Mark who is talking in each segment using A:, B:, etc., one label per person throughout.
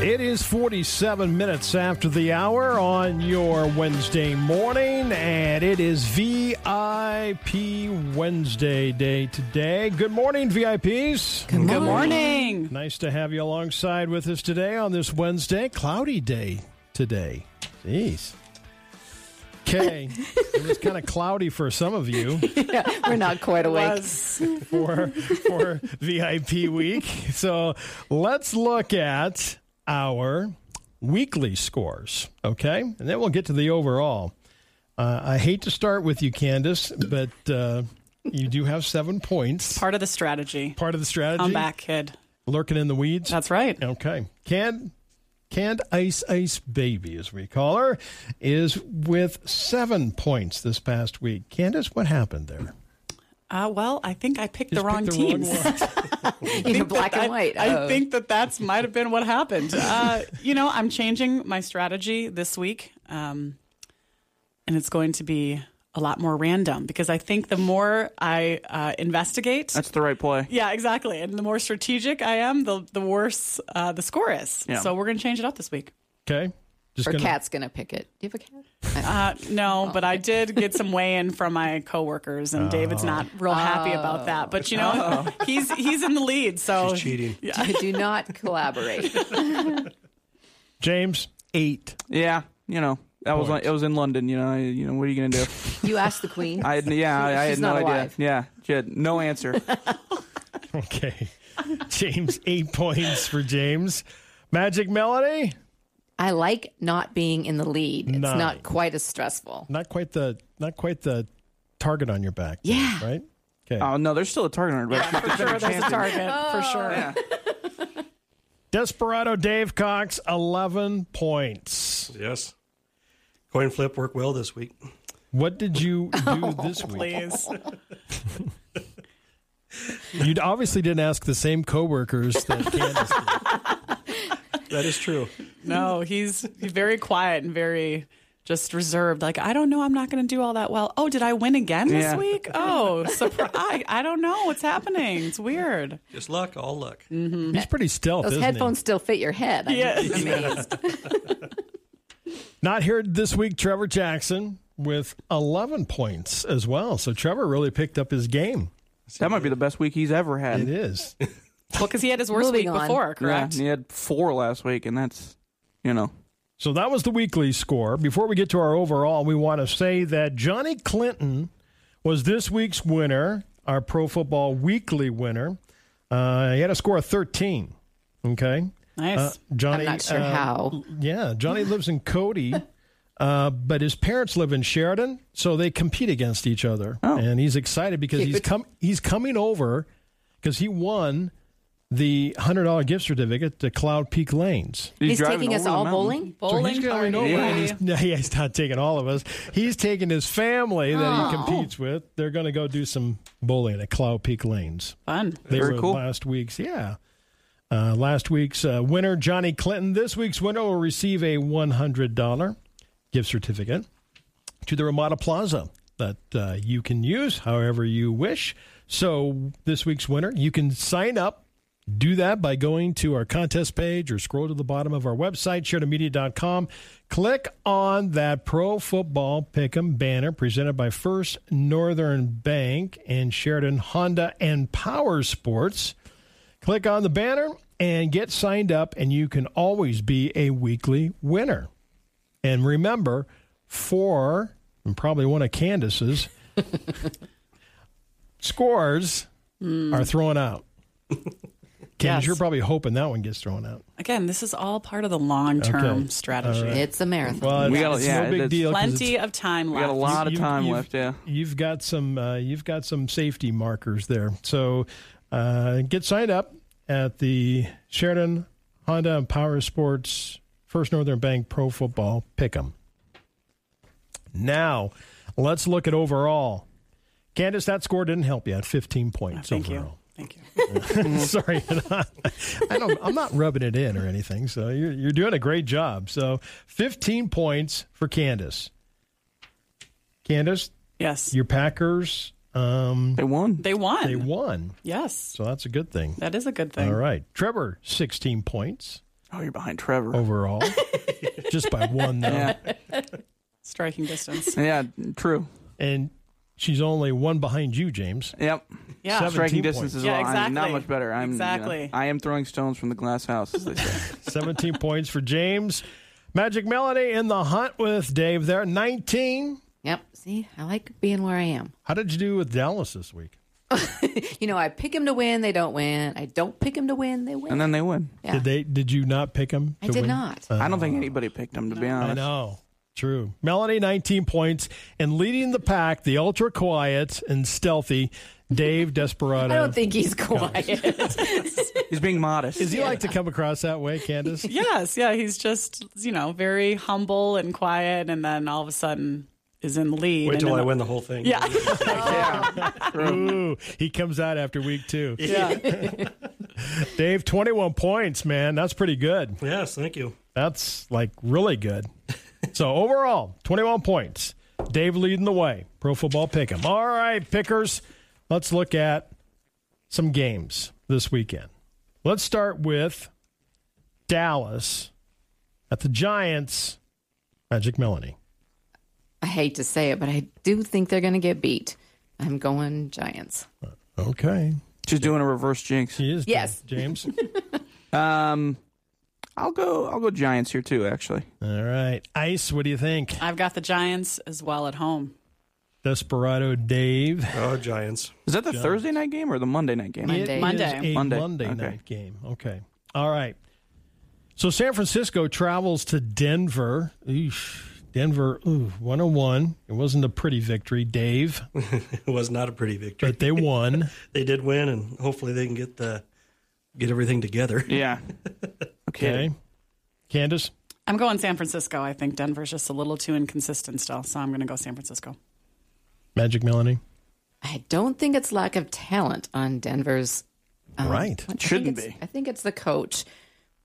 A: It is 47 minutes after the hour on your Wednesday morning, and it is VIP Wednesday day today. Good morning, VIPs.
B: Good morning. Good morning.
A: Nice to have you alongside with us today on this Wednesday, cloudy day today. Jeez. Okay, it was kind of cloudy for some of you
B: Yeah, we're not quite awake.
A: for for VIP week. So let's look at our weekly scores, okay? And then we'll get to the overall. Uh, I hate to start with you, Candace, but uh, you do have seven points.
C: Part of the strategy.
A: Part of the strategy,
C: I'm back, kid.
A: lurking in the weeds.
C: That's right.
A: Okay. Canned canned ice ice baby, as we call her, is with seven points this past week. Candace, what happened there?
C: Uh, well, I think I picked the
A: Just
C: wrong
A: picked the
C: teams.
A: one.
B: You know, black and
C: I-
B: white.
C: I,
B: Oh.
C: think that that's might have been what happened. Uh, you know, I'm changing my strategy this week, um, and it's going to be a lot more random because I think the more I uh, investigate,
D: That's the right play.
C: yeah, exactly, and the more strategic I am, the the worse uh, the score is.
D: Yeah.
C: So we're going to change it up this week.
A: Okay. Just
B: Or
A: gonna-
B: cat's gonna pick it. Do you have a cat?
C: Uh, no,
B: Oh.
C: but I did get some weigh in from my coworkers, and
D: Oh.
C: David's not real happy
B: Oh.
C: about that. But you know, he's he's in the lead, so
E: cheating.
B: Do not collaborate.
A: James, eight.
D: Yeah, you know that was
A: Points.
D: it was in London. You know, I- you know what are you gonna do?
B: You asked the queen.
D: I had yeah, I, I
B: She's
D: had no
B: not
D: idea.
B: alive.
D: Yeah, she had no answer.
A: Okay. James, eight points for James. Magic Melody,
B: I like not being in the lead. It's
A: Nine.
B: not quite as stressful.
A: not quite the not quite the target on your back.
B: Yeah.
A: Right? Okay.
D: Oh no, there's still a target on her back.
C: for sure there's a target for
B: Oh.
C: sure.
D: Yeah.
A: Desperado Dave Cox, eleven points.
E: Yes. Coin flip worked well this week.
A: What did you do this week?
C: Please,
A: You obviously didn't ask the same coworkers that Candace did.
E: That is true.
C: no, he's very quiet and very just reserved. Like I don't know, I'm not going to do all that well. Oh, did I win again this
D: Yeah.
C: week? Oh, surprise! I don't know what's happening. It's weird.
E: Just luck, all luck.
C: Mm,
A: He's pretty stealth,
B: Those
A: isn't
B: headphones still fit your head. I'm
C: Yes.
B: amazed.
A: he? Not here this week, Trevor Jackson with 11 points as well. So Trevor really picked up his game.
D: That might be the best week he's ever
A: It
D: had.
A: is.
C: Well, because he had his worst
B: Moving
C: week
B: on.
C: before, correct?
D: Yeah, he had four last week, and that's you know
A: So that was the weekly score. Before we get to our overall, we want to say that Johnny Clinton was this week's winner, our Pro Football Weekly winner. Uh, he had a score of 13. Okay.
C: Nice.
A: Uh, Johnny,
B: I'm not sure
A: uh,
B: how.
A: Yeah, Johnny lives in Cody, uh, but his parents live in Sheridan, so they compete against each other.
B: Oh.
A: And he's excited because he's come he's coming over because he won the hundred dollar gift certificate to Cloud Peak Lanes.
B: He's
D: driving
B: taking us
D: over the
B: all
D: mountain.
B: bowling.
C: Bowling
A: he's going over
C: party.
A: and he's, no, he's not taking all of us. He's taking his family that he
C: Oh.
A: competes with. They're going to go do some bowling at Cloud Peak Lanes.
C: Fun.
A: They
D: Very
A: were
D: cool.
A: last week's, yeah. Uh, last week's uh, winner, Johnny Clinton. This week's winner will receive a $100 gift certificate to the Ramada Plaza that uh, you can use however you wish. So, this week's winner, you can sign up, do that by going to our contest page or scroll to the bottom of our website, sharedomedia.com. Click on that Pro Football Pick'em banner presented by First Northern Bank and Sheridan Honda and Power Sports. Click on the banner and get signed up, and you can always be a weekly winner. And remember, four, and probably one of Candace's scores are thrown out. Candace,
C: Hmm. Yes.
A: you're probably hoping that one gets thrown out.
C: Again, this is all part of the long-term
A: Okay.
C: strategy.
B: It's a marathon.
A: Well,
D: We
A: it's,
D: gotta-
A: it's
D: yeah,
A: no big
D: it's-
A: deal. 'cause
C: Plenty of time
D: We
C: left.
D: got a lot of
A: You-
D: time
A: you've-
D: left. Yeah.
A: You've got some. Uh, you've got some safety markers there. So uh, get signed up at the Sheridan Honda and Power Sports First Northern Bank Pro Football Pick'em. Now, let's look at overall. Candace, that score didn't help you at 15 points
C: Thank you.
A: overall.
C: Thank you.
A: Sorry, I don't, I'm not rubbing it in or anything. So you're, you're doing a great job. So 15 points for Candace. Candace,
C: Yes.
A: your Packers, um,
D: They won.
C: they won.
A: they won.
C: Yes.
A: So that's a good thing.
C: That is a good thing.
A: All right. Trevor, 16 points.
D: Oh, you're behind Trevor.
A: overall, just by one though.
D: Yeah,
C: Striking distance.
D: yeah, true.
A: And she's only one behind you, James.
D: Yep.
C: Yeah.
A: Seven. 17
D: Striking distance
A: points.
D: as
C: Yeah,
D: well. I'm not
C: exactly.
D: much better. I'm you know,
C: Exactly.
D: I am throwing stones from the glass house, as they say.
A: 17 points for James. Magic Melody in the hunt with Dave there. 19.
B: Yep. See, I like being where I am.
A: How did you do with Dallas this week?
B: You know, I pick them to win, they don't win. I don't pick them to win, they win.
D: and then they win.
B: Yeah.
A: Did they? Did you not pick him?
B: I
A: to
B: did
A: win?
B: not.
D: I don't think anybody picked him, to be
A: Uh, I
D: honest.
A: know. True. Melody, 19 points. And leading the pack, the ultra quiet and stealthy Dave Desperado.
B: I don't think he's quiet.
D: He's being modest.
A: Does he like to come across that way, Candace?
C: Yes. Yeah. He's just, you know, very humble and quiet. And then all of a sudden is in the lead.
E: Wait
C: and
E: till
C: in
E: I
C: the-
E: win the whole thing.
C: Yeah.
A: Ooh, he comes out after week two.
C: Yeah.
A: Dave, 21 points, man. That's pretty good.
E: Yes, thank you.
A: That's like really good. so overall, 21 points. Dave leading the way. Pro football pick 'em. All right, pickers. Let's look at some games this weekend. Let's start with Dallas at the Giants. Magic Melanie.
B: I hate to say it, but I do think they're going to get beat. I'm going Giants.
A: Okay.
D: She's doing a reverse jinx.
A: She is.
B: Yes.
A: James.
D: Um, I'll go. I'll go Giants here too. Actually,
A: All right. Ice, what do you think?
C: I've got the Giants as well at home.
A: Desperado Dave.
E: Oh, Giants.
D: is that the Thursday night game or the Monday night game?
B: Monday.
A: It
C: Monday.
A: is a Monday,
D: Monday. Okay.
A: night game. Okay. All right. So San Francisco travels to Denver. Oof. Denver, ooh, 101. It wasn't a pretty victory, Dave,
E: It was not a pretty victory.
A: but they won.
E: They did win, and hopefully they can get the get everything together.
D: Yeah. Okay.
A: Okay. Candace?
C: I'm going San Francisco. I think Denver's just a little too inconsistent still. So I'm going to go San Francisco.
A: Magic Melanie.
B: I don't think it's lack of talent on Denver's. um,
A: right.
B: I think
D: Shouldn't
B: it's-
D: be.
B: I think it's the coach,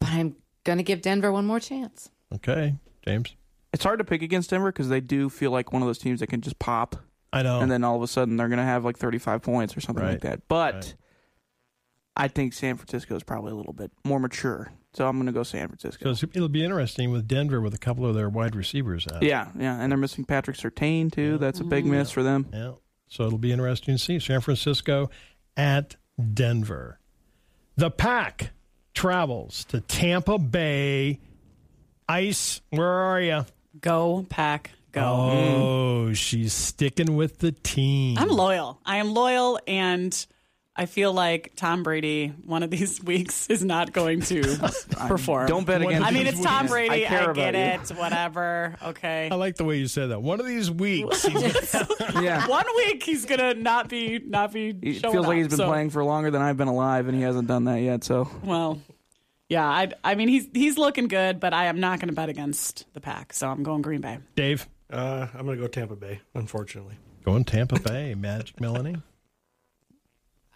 B: but I'm going to give Denver one more chance.
A: Okay. James.
D: It's hard to pick against Denver because they do feel like one of those teams that can just pop,
A: I know.
D: and then all of a sudden they're going to have like 35 points or something like
A: Oh. Right.
D: that. But
A: Right.
D: I think San Francisco is probably a little bit more mature, so I'm going to go San
A: so
D: Francisco.
A: it's- it'll be interesting with Denver with a couple of their wide receivers out.
D: Yeah, yeah, and they're missing Patrick Sertain too. That's a big miss for them.
A: Mm-hmm. Yeah. So it'll be interesting to see San Francisco at Denver. The pack travels to Tampa Bay. Ice, where are you?
C: Go, pack, go.
A: Oh, she's sticking with the team.
C: I'm loyal. I am loyal, and I feel like Tom Brady one of these weeks is not going to perform.
D: Don't bet against.
C: I mean,
A: these
C: it's Tom
D: weeks.
C: Brady. I,
D: I care
C: get
D: about
C: it. Whatever. Okay.
A: I like the way you said that. One of these weeks, he's-
D: Yeah.
C: One week he's gonna not be not be.
D: It
C: showing
D: feels like
C: up,
D: he's been
C: so-
D: playing for longer than I've been alive, and he hasn't done that yet. So
C: Well, yeah. I I mean he's he's looking good, but I am not going to bet against the pack. So I'm going Green Bay.
A: Dave.
E: Uh, I'm going to go Tampa Bay, unfortunately.
A: Going Tampa Bay, Magic Melanie.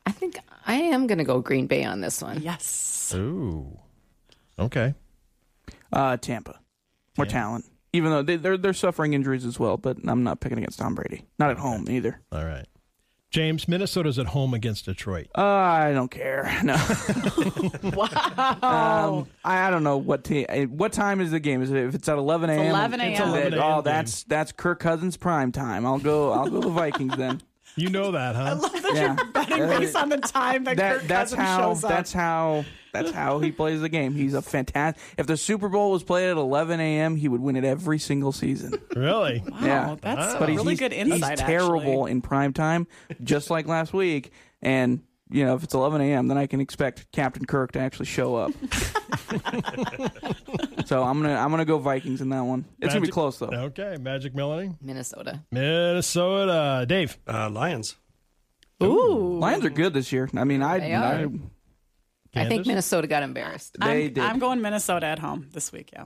B: I think I am going to go Green Bay on this one.
C: Yes.
A: Ooh. Okay.
D: uh, Tampa, more talent. Even though they, they're they're suffering injuries as well, but I'm not picking against Tom Brady. Not at home either.
A: All right. James, Minnesota's at home against Detroit.
D: Uh, I don't care. No. wow. Um, I, I don't know what team. eh, What time is the game? Is it if it's at 11 a.m.
C: 11 a.m. It's
A: 11 a.m.
D: Oh,
A: game.
D: that's that's Kirk Cousins prime time. I'll go. I'll go the Vikings then.
A: You know that, huh?
D: Yeah.
C: Betting based on the time that,
D: that,
C: Kirk
D: that's
C: Cousins
D: how
C: shows up.
D: that's how that's how he plays the game. He's a fantastic. If the Super Bowl was played at 11 a.m., he would win it every single season.
A: really?
D: yeah,
C: Wow, that's
D: but he's
C: really
D: he's-
C: good insight,
D: He's terrible
C: actually.
D: in prime time, just like last week. And you know, if it's 11 a.m., then I can expect Captain Kirk to actually show up. so I'm gonna I'm gonna go Vikings in that one. It's gonna be
A: Magic-
D: close though.
A: Okay, Magic Melanie.
B: Minnesota.
A: Minnesota. Dave.
E: Uh, Lions.
C: Ooh.
D: Lions are good this year. I mean, I,
B: They
D: I-
B: are. I think
A: Candace?
B: Minnesota got embarrassed.
D: they
C: I'm,
D: did.
C: I'm going Minnesota at home this week. Yeah.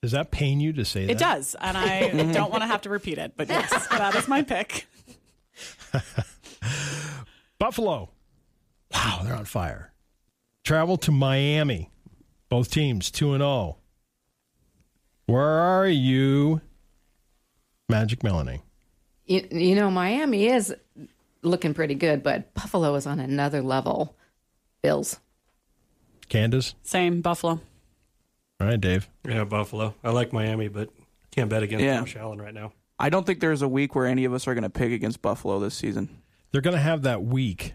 A: Does that pain you to say that?
C: It does, and I don't want to have to repeat it, but yes, that is my pick.
A: Buffalo. Wow, they're on fire. Travel to Miami. Both teams 2 and 0. Where are you? Magic Melanie.
B: You, you know, Miami is looking pretty good, but Buffalo is on another level. Bills.
A: Candace.
C: Same Buffalo.
A: All right, Dave.
E: Yeah, Buffalo. I like Miami, but can't bet against
D: Yeah.
E: Josh Allen right now.
D: I don't think there's a week where any of us are going to pick against Buffalo this season.
A: They're going to have that week.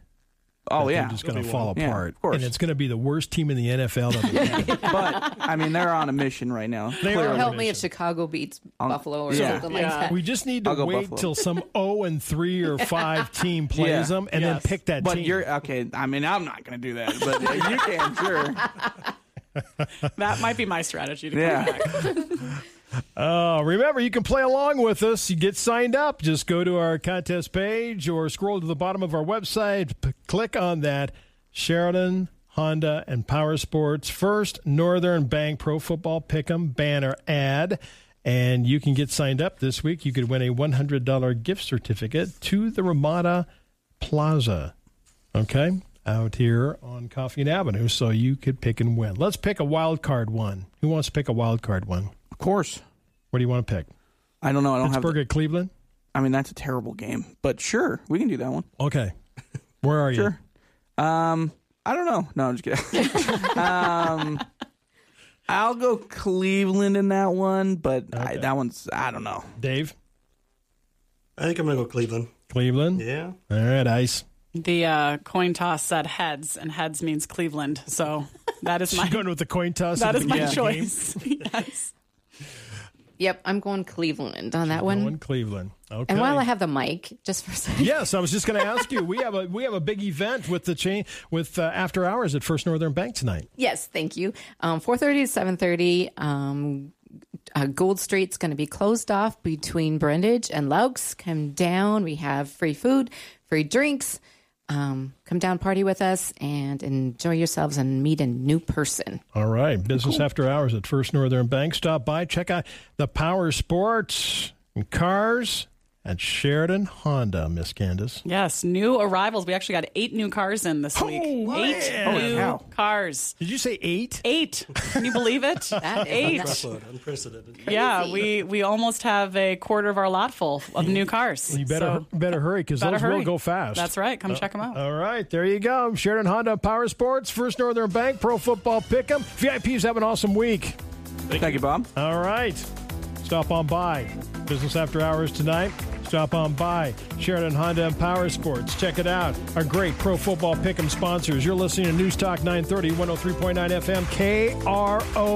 D: Oh
A: that
D: yeah,
A: they're just going to
E: It'll be
A: fall
E: one.
D: Yeah,
A: apart.
D: of course.
A: And it's going to be the worst team in the NFL. that we have.
D: but I mean they're on a mission right now.
A: They are
B: Or
A: on
B: help
A: a
B: me if
A: mission.
B: Chicago beats
D: I'll-
B: Buffalo or
D: Yeah.
B: something like that.
A: We just need to
D: I'll go
A: wait
D: Buffalo.
A: till some zero and three or five team plays
D: Yeah.
A: them, and
E: Yes.
A: then pick that
D: But
A: team.
D: you're okay. I mean I'm not going to do that, but uh, you can sure.
C: That might be my strategy. To
D: Yeah.
C: come back.
A: Uh, remember, you can play along with us. You get signed up. Just go to our contest page or scroll to the bottom of our website. P- click on that. Sheridan, Honda, and Power Sports First Northern Bank Pro Football Pick'em banner ad. And you can get signed up this week. You could win a $100 gift certificate to the Ramada Plaza. Okay? Out here on Coffee Avenue. So you could pick and win. Let's pick a wild card one. Who wants to pick a wild card one?
D: Of course.
A: What do you want to pick?
D: I don't know. I don't have
A: Pittsburgh at Cleveland?
D: I mean that's a terrible game, but sure, we can do that one.
A: Okay. Where are you?
D: Sure. Um, I don't know. No, I'm just kidding. um, I'll go Cleveland in that one, but I, that one's I don't know.
A: Dave?
E: I think I'm going to go Cleveland.
A: Cleveland?
E: Yeah.
A: All right, Ice.
C: The uh, coin toss said heads, and heads means Cleveland. So that is
A: She's
C: my
A: going with the coin toss.
C: that
A: at
C: is
A: the
C: my
A: beginning of the game?
C: choice. yes.
B: Yep, I'm going Cleveland on that
A: Going
B: one.
A: Cleveland. Okay.
B: And while I have the mic, just for a second,
A: Yes, I was just going to ask you. We have a we have a big event with the chain with uh, after hours at First Northern Bank tonight.
B: Yes, thank you. Um, 4.30 to 7.30, um, uh, Gold Street's going to be closed off between Brundage and Laux. Come down. We have free food, free drinks. Um, come down, party with us, and enjoy yourselves and meet a new person.
A: All right, business after hours at First Northern Bank. Stop by, check out the power sports and cars at Sheridan Honda. Miss Candace.
C: Yes. New arrivals. We actually got eight new cars in this week. Eight new
D: cow.
C: cars.
A: Did you say eight?
C: Eight. Can you believe it?
B: That is
C: eight.
B: nuts.
E: Buffalo, unprecedented.
C: Yeah, we we almost have a quarter of our lot full of new cars.
A: You better
C: So,
A: better hurry because
C: better
A: those
C: hurry.
A: will go fast. Uh,
C: That's right. Come check 'em check them out.
A: All right, there you go. Sheridan Honda Power Sports, First Northern Bank, Pro Football Pick'em. VIPs have an awesome week.
D: Thank, you, Bob.
A: All right, stop on by. Business after hours tonight. Stop on by Sheridan Honda and Power Sports. Check it out. Our great Pro oh Football Pick'em sponsors. You're listening to News Talk 930, 103.9 FM, KRO.